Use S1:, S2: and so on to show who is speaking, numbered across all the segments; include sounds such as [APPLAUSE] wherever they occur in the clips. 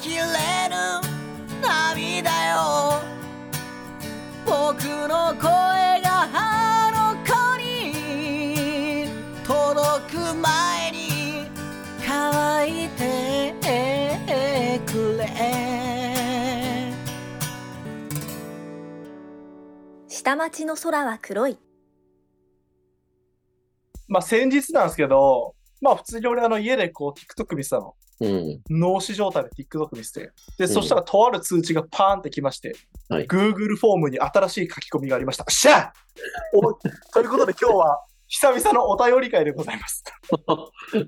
S1: きれぬ涙よ僕の声があの子に届く前に乾いてくれ
S2: 下町の空は黒い。
S3: まあ先日なんですけど、まあ普通に俺あの家でこう TikTok 見てたの。
S4: うん。
S3: 脳死状態で TikTok 見せて。で、
S4: ん
S3: そしたらとある通知がパーンってきまして、
S4: はい
S3: Google フォームに新しい書き込みがありました。しゃあおということで今日は久々のお便り会でござい
S4: [LAUGHS]
S3: ます。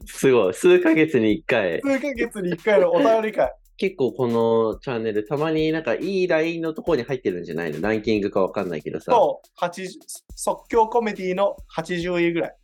S4: すごい。数ヶ月に一回。
S3: 数ヶ月に1回のお便り会。
S4: 結構このチャンネル、たまになんかいいラインのところに入ってるんじゃないのランキングかわかんないけどさ。
S3: と、80即興コメディの80位ぐらい。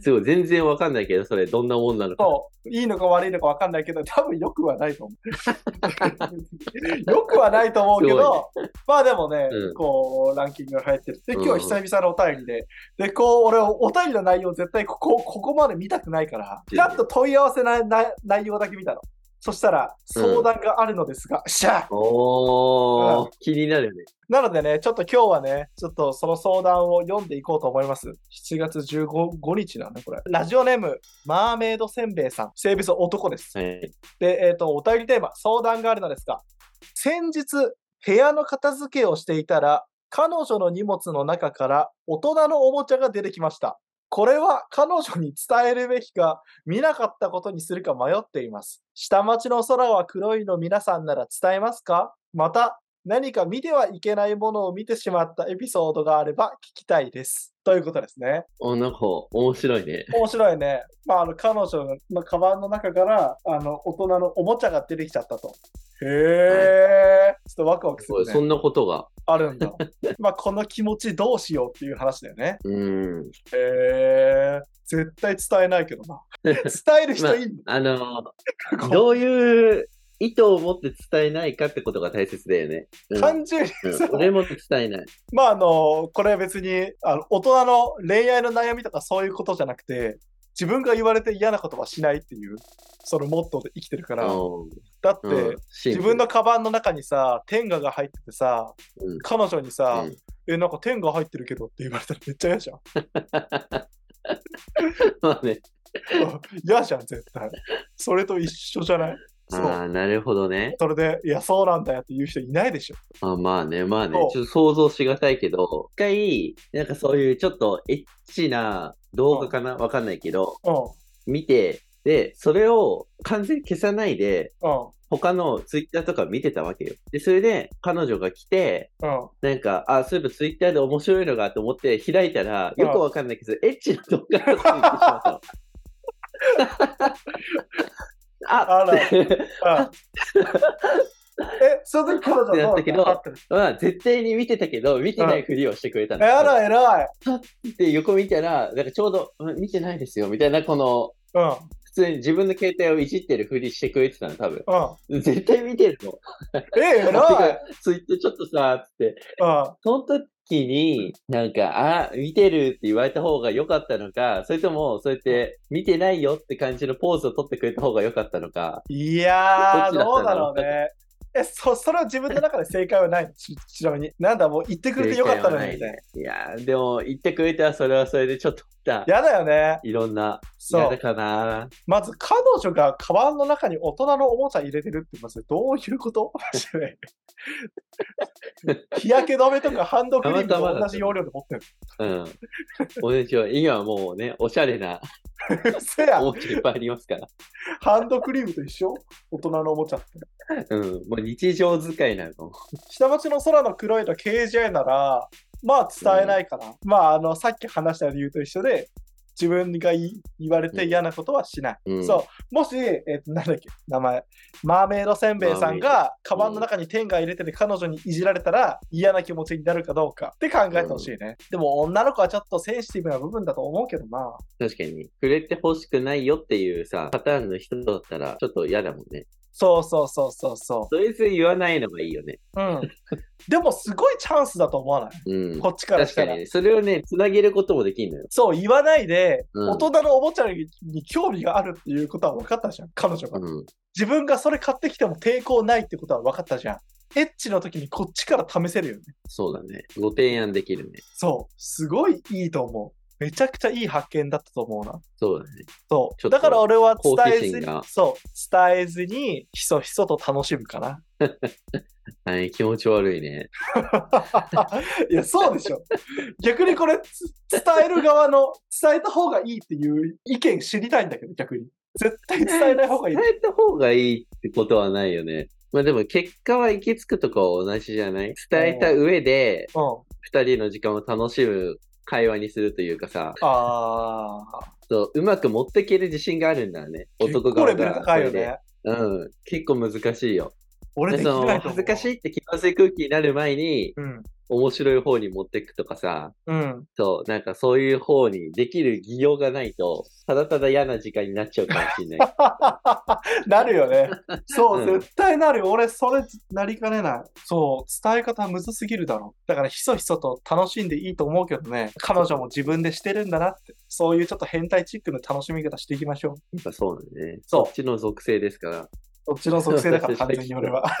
S4: すごい。全然わかんないけど、それどんなもんなのか。
S3: と、いいのか悪いのか分かんないけど、多分良くはないと思う。 [LAUGHS] 良くはないと思うけ
S4: すご
S3: ど、まあでもね、
S4: うん
S3: こう、ランキングが入ってる。で、
S4: うん
S3: 今日久々のお便りで、で、こう、俺、お便りの内容絶対ここ、ここまで見たくないから、ちゃんと問い合わせなな内容だけ見たの。そしたら、
S4: うん
S3: 相談があるのですが、しゃあ
S4: おー、気になるね。
S3: なのでね、ちょっと今日はね、ちょっとその相談を読んでいこうと思います。7月15日なのね、これ。ラジオネーム、マーメイドせんべいさん。性別男です。
S4: はい。
S3: で、えっ、と、お便りテーマ、相談があるのですが、先日、部屋の片付けをしていたら、彼女の荷物の中から大人のおもちゃが出てきました。これは彼女に伝えるべきか、見なかったことにするか迷っています。下町の空は黒いの皆さんなら伝えますかまた、何か見てはいけないものを見てしまったエピソードがあれば聞きたいです。ということですね。
S4: お、なんか面白いね。
S3: 面白いね。まあ、あの彼女のカバンの中からあの大人のおもちゃが出てきちゃったと。へえ、ちょっとワクワクす
S4: そう
S3: る、
S4: そ
S3: ね。
S4: んなことが。
S3: あるんだ。 [LAUGHS] まあ、この気持ちどうしようっていう話だよね。
S4: うん。
S3: へえ、絶対伝えないけど
S4: [LAUGHS]
S3: な。伝える人いいんだ。[LAUGHS]
S4: あの、
S3: こう
S4: どういう意図を持って伝えないかってことが大切だよね。うん
S3: 単純に
S4: うん
S3: そう
S4: 俺も伝えない。
S3: まあ、あの、これ別にあの大人の恋愛の悩みとかそういうことじゃなくて、自分が言われて嫌なことはしないっていう、そのモットーで生きてるから。
S4: うん
S3: だって、
S4: うんシン
S3: 自
S4: プル
S3: 分のカバンの中にさ、天下が入っててさ、
S4: うん
S3: 彼女にさ、 [LAUGHS]
S4: うん
S3: え、なんか天下入ってるけどって言われたらめっちゃ嫌じゃん。 [LAUGHS]
S4: まあね。
S3: 嫌じゃん、絶対。それと一緒じゃない
S4: あ
S3: そう。
S4: あ、なるほどね。
S3: それで、いや、そうなんだよって言う人いないでしょ。
S4: あまあね、まあね
S3: そう。
S4: ちょっと想像しがたいけど、一回、なんかそういうちょっとエッチな動画かなわかんないけど、
S3: う
S4: 見て、で、それを完全に消さないで、
S3: ん、
S4: 他のツイッターとか見てたわけよ。で、それで彼女が来て、
S3: うん、うん。
S4: なんか、あ、そういえばツイッターで面白いのがと思って開いたら、よくわかんないけど、エッチな動画とか見てし
S3: [LAUGHS]
S4: まったの。あ
S3: あら
S4: って [LAUGHS]
S3: あえ、その時彼女はどうだ
S4: やったけど
S3: 合ってる
S4: まあ、絶対に見てたけど、見てないふりをしてくれた
S3: え
S4: の。
S3: あら、偉い。
S4: で、横見たら、なんかちょうど、うん見てないですよ、みたいな、この、
S3: うん、
S4: 普通に自分の携帯をいじってるふりしてくれてたの、多分。
S3: うん。
S4: 絶対見てるの。
S3: え、偉い。
S4: ツイッターちょっとさ、つって、
S3: うん。
S4: その時に、なんか、あ、見てるって言われた方が良かったのか、それとも、そうやって、見てないよって感じのポーズを取ってくれた方が良かったのか、
S3: いやー、
S4: どっちだ
S3: ど
S4: った
S3: うんだ
S4: だ
S3: ろ
S4: ろ
S3: う
S4: う
S3: ね。え、そ、それは自分の中で正解はないのちちなみに。なんだ、もう言ってくれてよかったのにみたいな。
S4: いやー、でも、言ってくれたら、それはそれでちょっと、だ
S3: やだよね。
S4: いろんな、
S3: そ
S4: や
S3: う
S4: だ。かな。
S3: まず彼女がカバンの中に大人のおもちゃ入れてるってまずどういうこと [LAUGHS] マジ
S4: [LAUGHS]
S3: で日焼け止めとかハンドクリーム
S4: たま
S3: と
S4: たまだ
S3: 同じ容量で持ってる。
S4: うん。俺たちは、今はもうね、おしゃれな
S3: うっせや
S4: お、もちゃいっぱいありますから。
S3: ハンドクリームと一緒大人のおもちゃって。
S4: うん。もう日常使いなの。
S3: 下町の空の黒いの KJ なら、まあ伝えないかな。まああの、さっき話した理由と一緒で、自分が言い言われて嫌なことはしない。
S4: うん
S3: そう。もし、えっ、と、なんだっけ、名前。マーメイドせんべいさんが、カ
S4: マー
S3: バ
S4: メイド
S3: ンの中に天が入れてる彼女にいじられたら、嫌な気持ちになるかどうかって考えてほしいね。でも、女の子はちょっとセンシティブな部分だと思うけどな。
S4: 確かに。触れてほしくないよっていうさ、パターンの人だったら、ちょっと嫌だもんね。
S3: そうそうそうそうそ
S4: とりあえず言わないのがいいよね。
S3: う。
S4: [LAUGHS]
S3: うん。でもすごいチャンスだと思わない
S4: うん。
S3: こっちからし
S4: 確
S3: た
S4: からに。ね。それをね、つなげることもできるのよ。
S3: そう、言わないで、
S4: うん
S3: 大人のおもちゃに興味があるっていうことは分かったじゃん、彼女が。
S4: うん。
S3: 自分がそれ買ってきても抵抗ないってことは分かったじゃん。エッチの時にこっちから試せるよね。
S4: そうだね。ご提案できるね。
S3: そう、すごいいいと思う。めちゃくちゃいい発見だったと思うな。
S4: そうだね。
S3: そ
S4: ち
S3: う。
S4: ょっと
S3: だから俺は伝えず
S4: 好奇心
S3: に
S4: が、
S3: そう、伝えずに、ひそひそと楽しむかな。 [LAUGHS]
S4: はい、気持ち悪いね。
S3: いや、そうでしょ。
S4: [LAUGHS]
S3: 逆にこれ、つ伝える側の、伝えた方がいいっていう意見知りたいんだけど、逆に。絶対伝えない方がい
S4: [LAUGHS]
S3: い
S4: 伝。えた方がいいってことはないよね。まあでも結果は行き着くとこは同じじゃない伝えた上で、
S3: うん。
S4: 二人の時間を楽しむ会話にするというかさ、
S3: ああ。
S4: そううまく持っていける自信があるんだよね。男
S3: 結構レ
S4: 側
S3: ベ
S4: が。
S3: ル高いよ
S4: それで。
S3: ね。
S4: うん。結構難しいよ。
S3: 俺
S4: で
S3: でき
S4: そ
S3: ないと思う
S4: の恥ずかしいって気まずい空気になる前に、
S3: うん。
S4: 面白い方に持っていくとかさ、
S3: うん。 [LAUGHS]
S4: そう、なんかそういう方にできる技量がないと、ただただ嫌な時間になっちゃうかも
S3: [LAUGHS]
S4: しれない。
S3: なるよ
S4: [LAUGHS]
S3: ね。そう、
S4: うん
S3: 絶対なるよ。俺、それ、なりかねない。そう、伝え方むずすぎるだろ。だから、ひそひそと楽しんでいいと思うけどね、彼女も自分でしてるんだなって、そういうちょっと変態チックの楽しみ方していきましょう。
S4: やっぱそうなんだね。
S3: そう
S4: こっちの属性ですから。
S3: どっちの属性だから、完全に俺は。 [LAUGHS]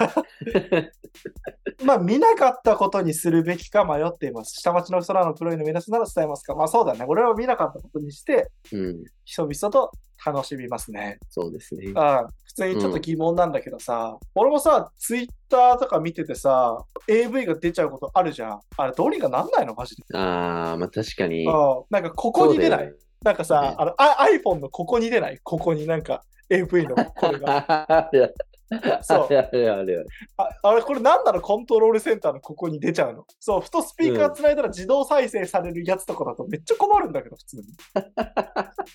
S3: まあ、見なかったことにするべきか迷っています。下町の空の黒いの皆さんなら伝えますかまあ、そうだね。俺は見なかったことにして、
S4: うん。
S3: ひそひそと楽しみますね。
S4: そうですね。
S3: ああ普通にちょっと疑問なんだけどさ、俺もさ、ツイッターとか見ててさ、AV が出ちゃうことあるじゃん。あれ、どうにかなんないのマジで。
S4: あー、まあ確かに。
S3: ああなんか、ここに出ない。
S4: そう
S3: なんか
S4: ね
S3: さ、あのあ iPhone のここに出ない。ここになんか、AV のこれ
S4: だ
S3: [LAUGHS] が。
S4: よね。ある
S3: そう
S4: [LAUGHS] あるあるある。
S3: ああれ、これなんなのコントロールセンターのここに出ちゃうの。そう、ふとスピーカー繋いだら自動再生されるやつとかだとめっちゃ困るんだけど、普通
S4: [LAUGHS]
S3: に。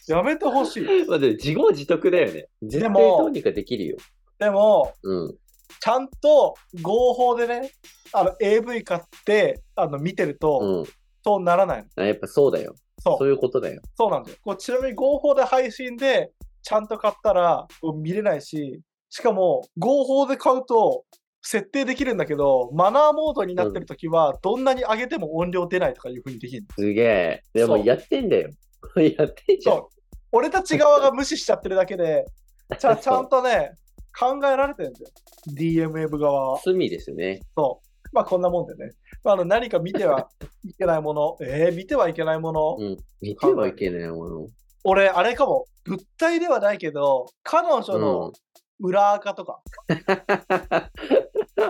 S3: やめてほしい。
S4: まあでも自業自得だよね。絶対
S3: でも
S4: どうにかできるよ。
S3: でも、
S4: うん。
S3: ちゃんと合法でね、あの AV 買って、あの見てると、
S4: うん。
S3: そうならないの。
S4: あやっぱそうだよ。
S3: そう、
S4: そういうことだよ。
S3: そうなんだよ。こうちなみに合法で配信で、ちゃんと買ったらこう見れないし、しかも合法で買うと、設定できるんだけど、マナーモードになってるときは、どんなに上げても音量出ないとかいうふうにできるの。
S4: すげえ。でも
S3: そう
S4: やってんだよ。 [LAUGHS] やってんじゃん。
S3: そう。俺たち側が無視しちゃってるだけで、ちゃちゃんとね、考えられてるんだよ。DMF 側は。
S4: 罪ですね。
S3: そう。まあこんなもんでね。まあ、あの何か見てはいけないもの、えー、見てはいけないもの。
S4: うん。見てはいけないもの。
S3: 俺、あれかも、物体ではないけど、彼女
S4: うん
S3: の。裏垢とか、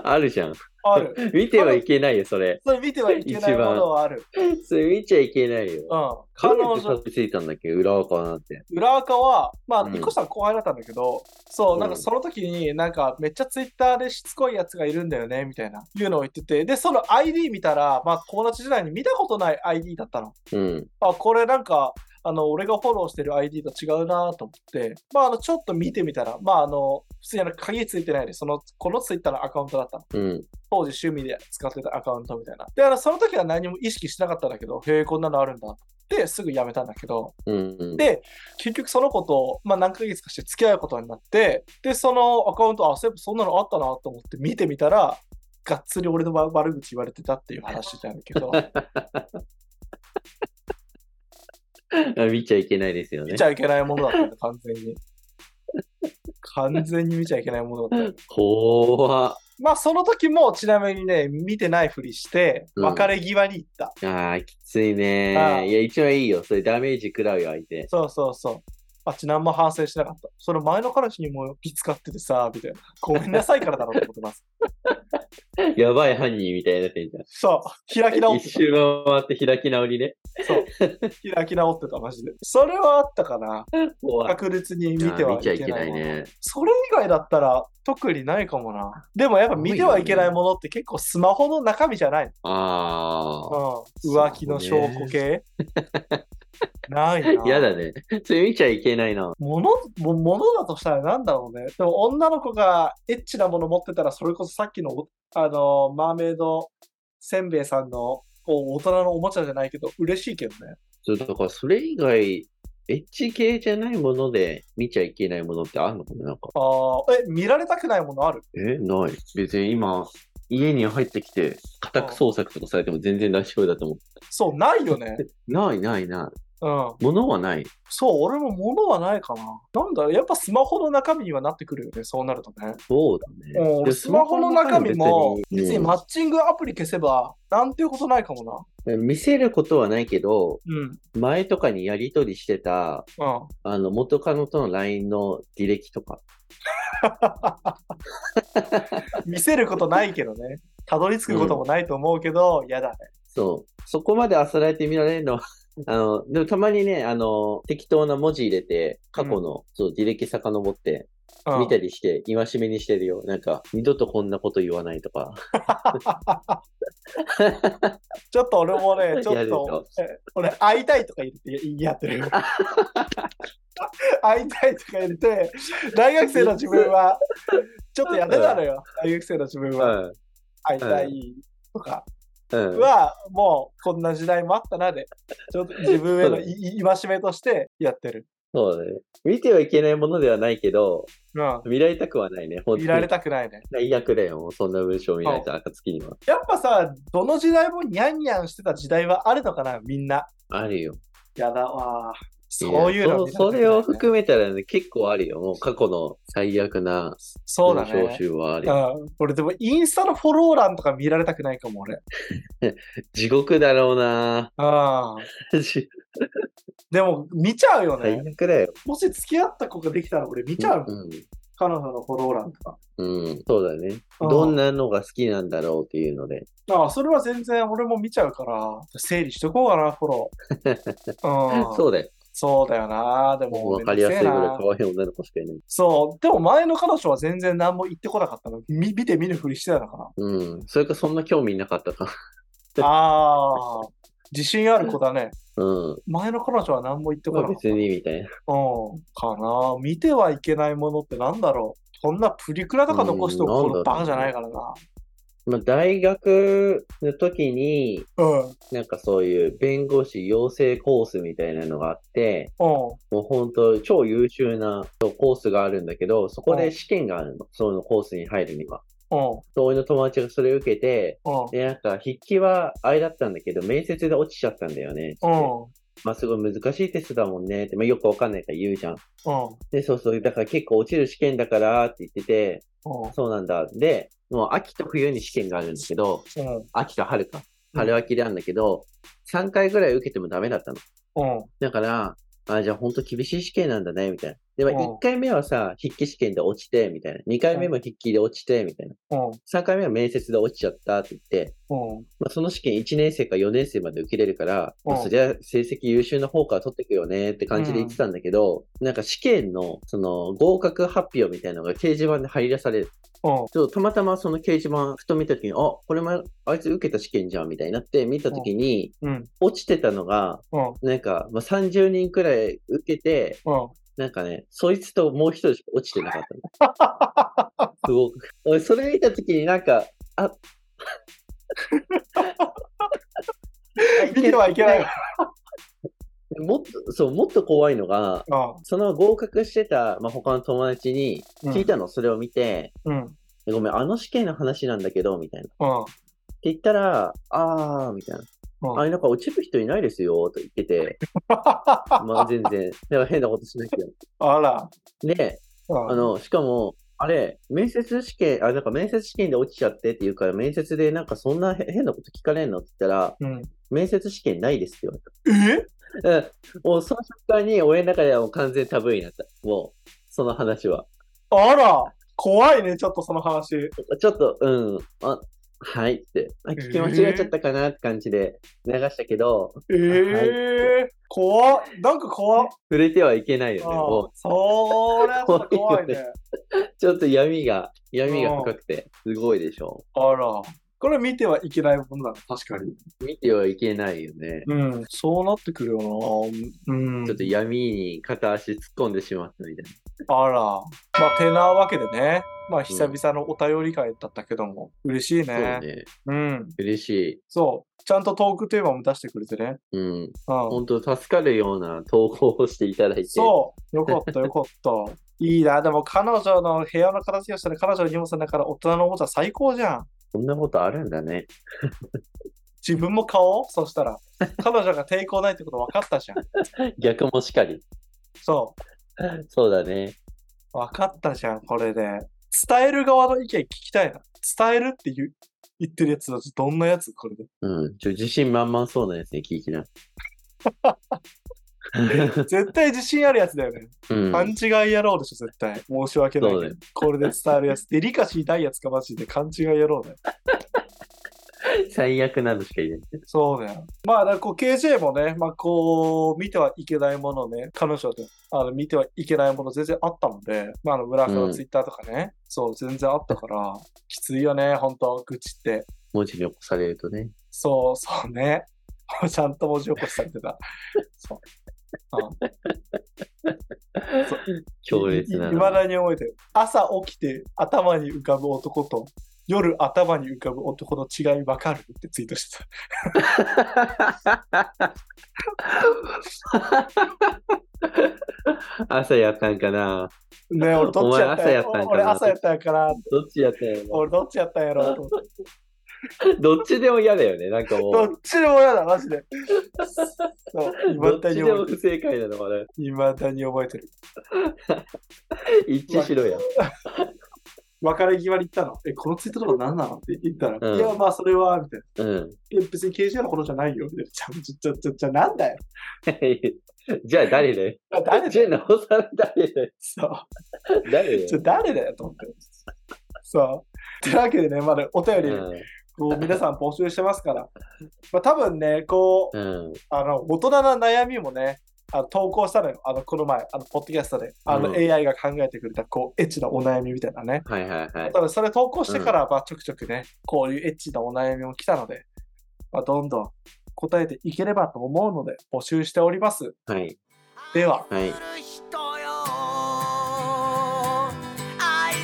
S4: あるじゃん。
S3: ある。
S4: 見てはいけないよ、それ。
S3: それ見てはいけないものはある。
S4: それ見ちゃいけないよ。
S3: うん。
S4: 彼
S3: 彼
S4: 女た
S3: 女
S4: どうやっ、てたどり着いたんだっけ裏垢なんて。
S3: 裏垢は、まあ、
S4: うん
S3: ニコさん後輩だったんだけど、そうう、
S4: ん
S3: なんかその時に、なんかめっちゃツイッターでしつこいやつがいるんだよね、みたいな、いうのを言ってて、で、その ID 見たら、まあ、友達時代に見たことない ID だったの。
S4: うん。
S3: あ、これなんか、あの、俺がフォローしてる ID と違うなと思って、まあ、あの、ちょっと見てみたら、まあ、あの、普通にあの、鍵ついてないで、その、このツイッターのアカウントだったの。
S4: うん。
S3: 当時趣味で使ってたアカウントみたいな。で、あの、その時は何も意識してなかったんだけど、へえ、こんなのあるんだって、すぐやめたんだけど、
S4: うん。
S3: で結局その子と、まあ、何ヶ月かして付き合うことになって、で、そのアカウント、あ、そういえばそんなのあったなと思って見てみたら、がっつり俺の悪悪口言われてたっていう話なんだけ
S4: [LAUGHS]
S3: ど、
S4: 見ちゃいけないですよね
S3: 見ち。ゃいけないものだったんだ、完全に。完全に見ちゃいけないものだった。
S4: 怖っ。
S3: まあ、その時もちなみにね、見てないふりして、
S4: うん
S3: 別れ際に行った。
S4: ああ、きつい
S3: ああ
S4: ね。いや、一番いいよ。それダメージ食らうよ、相手。
S3: そうそうそう。あっち何も反省してなかった。それ前の彼氏にも気使っててさ、みたいな。ごめんなさいからだろうと思ってます。
S4: やばい犯人みたいになってんじゃん。
S3: そう、開き直っ
S4: 一
S3: て
S4: 周回って開き直りね。
S3: た。開き直ってた、マジで。それはあったかな。
S4: 怖い。
S3: 確実に見ては
S4: ああ
S3: い
S4: 見ちゃい
S3: け
S4: け
S3: な
S4: ないい
S3: もの。
S4: ね。
S3: それ以外だったら特にないかもな。でもやっぱ見てはいけないものって結構スマホの中身じゃない
S4: ああ。
S3: うん、浮気の証拠系、ないな。
S4: やだね。 [LAUGHS] それ見ちゃいけないな。
S3: ものも物だとしたらなんだろうね。でも女の子がエッチなもの持ってたら、それこそさっきの、あの、マーメイドせんべいさんのこう大人のおもちゃじゃないけど、嬉しいけどね。
S4: そう、だからそれ以外、エッジ系じゃないもので見ちゃいけないものってあるのかななんか。
S3: ああ、え、見られたくないものある
S4: え、ない。別に今、家に入ってきて、家宅捜索とかされても全然大丈夫だと思う。
S3: そう、ないよね。
S4: ないないな
S3: うん。
S4: い。物はない。
S3: そう、俺も物はないかな。なんだ、やっぱスマホの中身にはなってくるよね、そうなるとね。
S4: そうだ
S3: う
S4: ね
S3: ん。
S4: で
S3: 俺スマホの中身も、別に
S4: うん
S3: マッチングアプリ消せば、なんていうことないかも
S4: 見せることはないけど、
S3: な。うん。
S4: 前とかにやりとりしてた、
S3: うん。
S4: あの、元カノとの LINE の履歴とか。
S3: 見せることないけどね。たどり着くこともないと思うけど、嫌だね。
S4: そう。そこまであさられて見られるのは、 [LAUGHS] あの、でもたまにね、あの、適当な文字入れて、過去の、そう、履歴遡って、
S3: うん、
S4: 見たりして、戒めにしてるよ。なんか、二度とこんなこと言わないとか。
S3: ちょっと俺もね、ちょ
S4: や
S3: っ
S4: る
S3: と
S4: と、
S3: え俺、会いたいとか言って言い合って [LAUGHS] る。会いたいとか言って、大学生の自分は、ちょっとやってたのよ、大学生の自分は。会いたいとか
S4: うん。うん。
S3: は、もうこんな時代もあったなで、ちょっと自分へのいい戒めとしてやってる。
S4: そうだね。見てはいけないものではないけど、
S3: うん。
S4: 見られたくはないね。本当に
S3: 見られたくないね。
S4: 最悪だよ。そんな文章見られた暁には。
S3: やっぱさ、どの時代もニャンニャンしてた時代はあるのかな、みんな。
S4: あるよ。
S3: やだわ。そういうの
S4: や
S3: 見
S4: そ
S3: ら
S4: うそ
S3: れたくないね
S4: れを含めたらね、結構あるよ。もう過去の最悪な
S3: そうだ
S4: 文章
S3: ね。
S4: 集はあるよ。
S3: うん、俺でもインスタのフォロー欄とか見られたくないかも俺。
S4: 地獄だろうな [LAUGHS]
S3: あ
S4: 最
S3: でも見ちゃうよね。
S4: 悪だよ。
S3: もし付き合った子ができたら俺見ちゃうもん、
S4: うん。
S3: 彼女のフォロー欄とか。
S4: うん、そうだね。
S3: うん
S4: どんなのが好きなんだろうっていうので。
S3: ああそれは全然俺も見ちゃうから、整理しとこうかな、フォロ
S4: [LAUGHS]
S3: ー。うん、そう
S4: そうだよ。
S3: だよな。でも
S4: わかりやすいぐらい
S3: めんどくせえ
S4: 可
S3: な
S4: 愛い女の子しかいない。
S3: そう。でも前の彼女は全然何も言ってこなかったの。み見て見ぬふりしてたの
S4: [LAUGHS]
S3: か
S4: うん。それかそんな興味なかったか。
S3: な。ああ、自信ある子だね。
S4: うん。
S3: 前の彼女は何も言ってこ
S4: ま
S3: な
S4: あ
S3: かった
S4: 別。にみたいな。
S3: うん、かな見てはいけないものってなんだろうこんなプリクラとか残しておく
S4: うん
S3: このバカじゃないからな。
S4: まあ大学の時に、
S3: うん。うん。
S4: なんかそういう弁護士養成コースみたいなのがあって、もう本当超優秀なコースがあるんだけど、そこ
S3: う
S4: で
S3: ん
S4: 試験があるの。そのコースに入るには。
S3: うん。
S4: 俺の友達がそれを受けて、
S3: うん。
S4: で、なんか筆記はあれだったんだけど、面接で落ちちゃったんだよね。
S3: うん。
S4: まあすごい難しいテストだもんねって、まあ、よくわかんないから言うじゃん。
S3: うん。
S4: で、そうそう、だから結構落ちる試験だからって言ってて、
S3: うん。
S4: そうなんだ。で、もう秋と冬に試験があるんだけど、
S3: うん。
S4: 秋と春か。春秋であるんだけど、3回ぐらい受けてもダメだったの。
S3: うん。
S4: だから、あ、じゃあ本当厳しい試験なんだね、みたいな。で、まあ、
S3: うん
S4: 1回目はさ、筆記試験で落ちて、みたいな。2回目も筆記で落ちて、みたいな。
S3: うん。
S4: 3回目は面接で落ちちゃったって言って、
S3: うん。
S4: まあ、その試験1年生か4年生まで受けれるから、まあ
S3: うん
S4: そりゃ成績優秀な方から取ってくよねって感じで言ってたんだけど、なんか試験のその合格発表みたいなのが掲示板で張り出される。
S3: うん。
S4: ちょっとたまたまその掲示板ふと見た時に、あ、これもあいつ受けた試験じゃんみたいになって見た時に、
S3: うん。
S4: 落ちてたのが、
S3: うん。
S4: なんか、まあ、30人くらい受けて、
S3: うん。
S4: なんかね、そいつともう一人しか落ちてなかったの。すごく。俺、それ見たときになんか、あ
S3: [LAUGHS] 見てはいけない。
S4: もっと、そう、もっと怖いのが、その合格してた、まあ、他の友達に
S3: うん。
S4: 聞いたの、それを見て、
S3: うん。うん。
S4: ごめん、あの試験の話なんだけど、みたいな。っ
S3: うん。
S4: て言ったら、あー、みたいな。
S3: うん
S4: あれ、なんか落ちる人いないですよ、と言ってて、まあ全然、 [LAUGHS] なんか変なことしないけ
S3: あら。
S4: ど。で、
S3: うん
S4: あの、しかも、あれ、面接試験、あ、なんか面接試験で落ちちゃってって言うから、面接でなんかそんなへ変なこと聞かれんのって言ったら、
S3: うん。
S4: 面接試験ないですって言われ
S3: え
S4: た。うん。もうその瞬間に俺の中ではもう完全タブーになった。もう、その話は。
S3: あら。怖いね、ちょっとその話。
S4: ちょっと、うん、あ、はいって、あ聞き間違えちゃったかなって感じで流したけど、
S3: ええ怖っ。なんか怖っ。
S4: 触れてはいけないよね。
S3: あ
S4: も
S3: あそりゃちょっと怖いね。
S4: う、ちょっと闇が、闇が深くて、すごいでしょ。
S3: あら。これ見てはいけないものだね、確かに。
S4: 見てはいけないよね。
S3: うん。そうなってくるよな。うん。
S4: ちょっと闇に片足突っ込んでしまったみたいな。
S3: あら。まあ、てなわけでね。まあ、久々のお便り会だったけども、嬉しい
S4: そう
S3: ね。
S4: ね。
S3: うん。
S4: 嬉し
S3: そう。ちゃんとトークテーマも出してくれてね。
S4: い。うん。
S3: うん。
S4: 本当助かるような投稿をしていただいて。
S3: そう。よかった、よかった。 [LAUGHS] いいな。でも、彼女の部屋の形をしたら、彼女の荷物の中から大人のおもちゃ最高じゃん。
S4: そんなことあるんだね。
S3: 自分も買おうそ
S4: [LAUGHS]
S3: したら。彼女が抵抗ないってこと分かったじゃん。
S4: 逆もしかり。
S3: そ
S4: そうだね。
S3: う。分かったじゃん、これで。伝える側の意見聞きたいな。伝えるって言う言ってるやつだとどんなやつこれで。
S4: うん。ちょ、自信満々そうなやつね、聞い
S3: [LAUGHS]
S4: てな。
S3: 絶対自信あるやつだよね。
S4: うん。
S3: 勘違い野郎でしょ、絶対。申し訳ない
S4: そう
S3: けど
S4: だよ。
S3: これで伝えるやつ。デリカシーないやつか、マジで。勘違い野郎だよ。
S4: 最悪なのしか言えない。
S3: そうだよ。まあ、だからこう、KJ もね、まあ、こう、見てはいけないものをね、彼女で、あの、見てはいけないもの全然あったので、まあ、あの、村上
S4: う
S3: の
S4: ん
S3: ツイッターとかね、そう、全然あったから、きついよね、本当愚痴って。
S4: 文字に起こされるとね。
S3: そう、そうね。ちゃんと文字起こしされてた。そう。
S4: 強烈ないの
S3: まだに覚えてる。朝起きて頭に浮かぶ男と、夜頭に浮かぶ男の違いわかるってツイートしてた。
S4: 朝やったんかな
S3: [LAUGHS] ね俺どっちやったんや
S4: お前朝やった
S3: 俺朝やったんや
S4: んかな
S3: から。
S4: どっちやったんやろ
S3: 俺どっちやったんやろと思って。
S4: どっちでも嫌だよね。なんかも
S3: ど
S4: う
S3: っ。ちでも嫌だ、マジ
S4: [LAUGHS]
S3: で。そう、い
S4: ど
S3: ま
S4: っ
S3: だ
S4: ち
S3: に
S4: で
S3: 覚
S4: も
S3: えて
S4: 不
S3: る。
S4: 正解なの、あれ。
S3: いまだに覚えてる。
S4: 一致しろや。
S3: 別れ際に行ったの。え、このツイートとか何なのって言ったら、
S4: うん
S3: いや、まあ、それは、みたいな。
S4: うん。 [LAUGHS]
S3: いや、別に KJ のことじゃないよ、みたいな。ちゃんちょ、ちょ、ちょ、ちょ、なんだよ。
S4: じゃあ誰だよ。
S3: あ誰だ
S4: じ
S3: よ。
S4: ゃあなおさら誰だよ。
S3: そ
S4: 誰だ
S3: う。ちょ、
S4: よ。
S3: 誰だよ、と思って。そう。というわけでね、まだお便り、
S4: Ờ,
S3: こう、皆さん募集してますから。まあ、多分ね、こう、
S4: うん。うん。
S3: あの、大人な悩みもね、あの投稿したのよ。あの、この前、あの、ポッドキャストで、あの、
S4: うん
S3: AI が考えてくれた、こう、エッチなお悩みみたいなね。
S4: はいはいはい。
S3: ただそれ投稿してから、まあ、ちょくちょくね、こういうエッチなお悩みも来たので、まあ、どんどん答えていければと思うので、募集しております。
S4: はい。
S3: では
S4: はい
S1: 愛する人よ愛する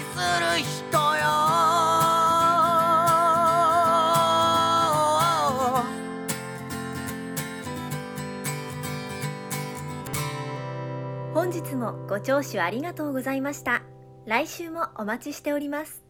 S1: 人よ
S2: 本日もご聴取ありがとうございました来週もお待ちしております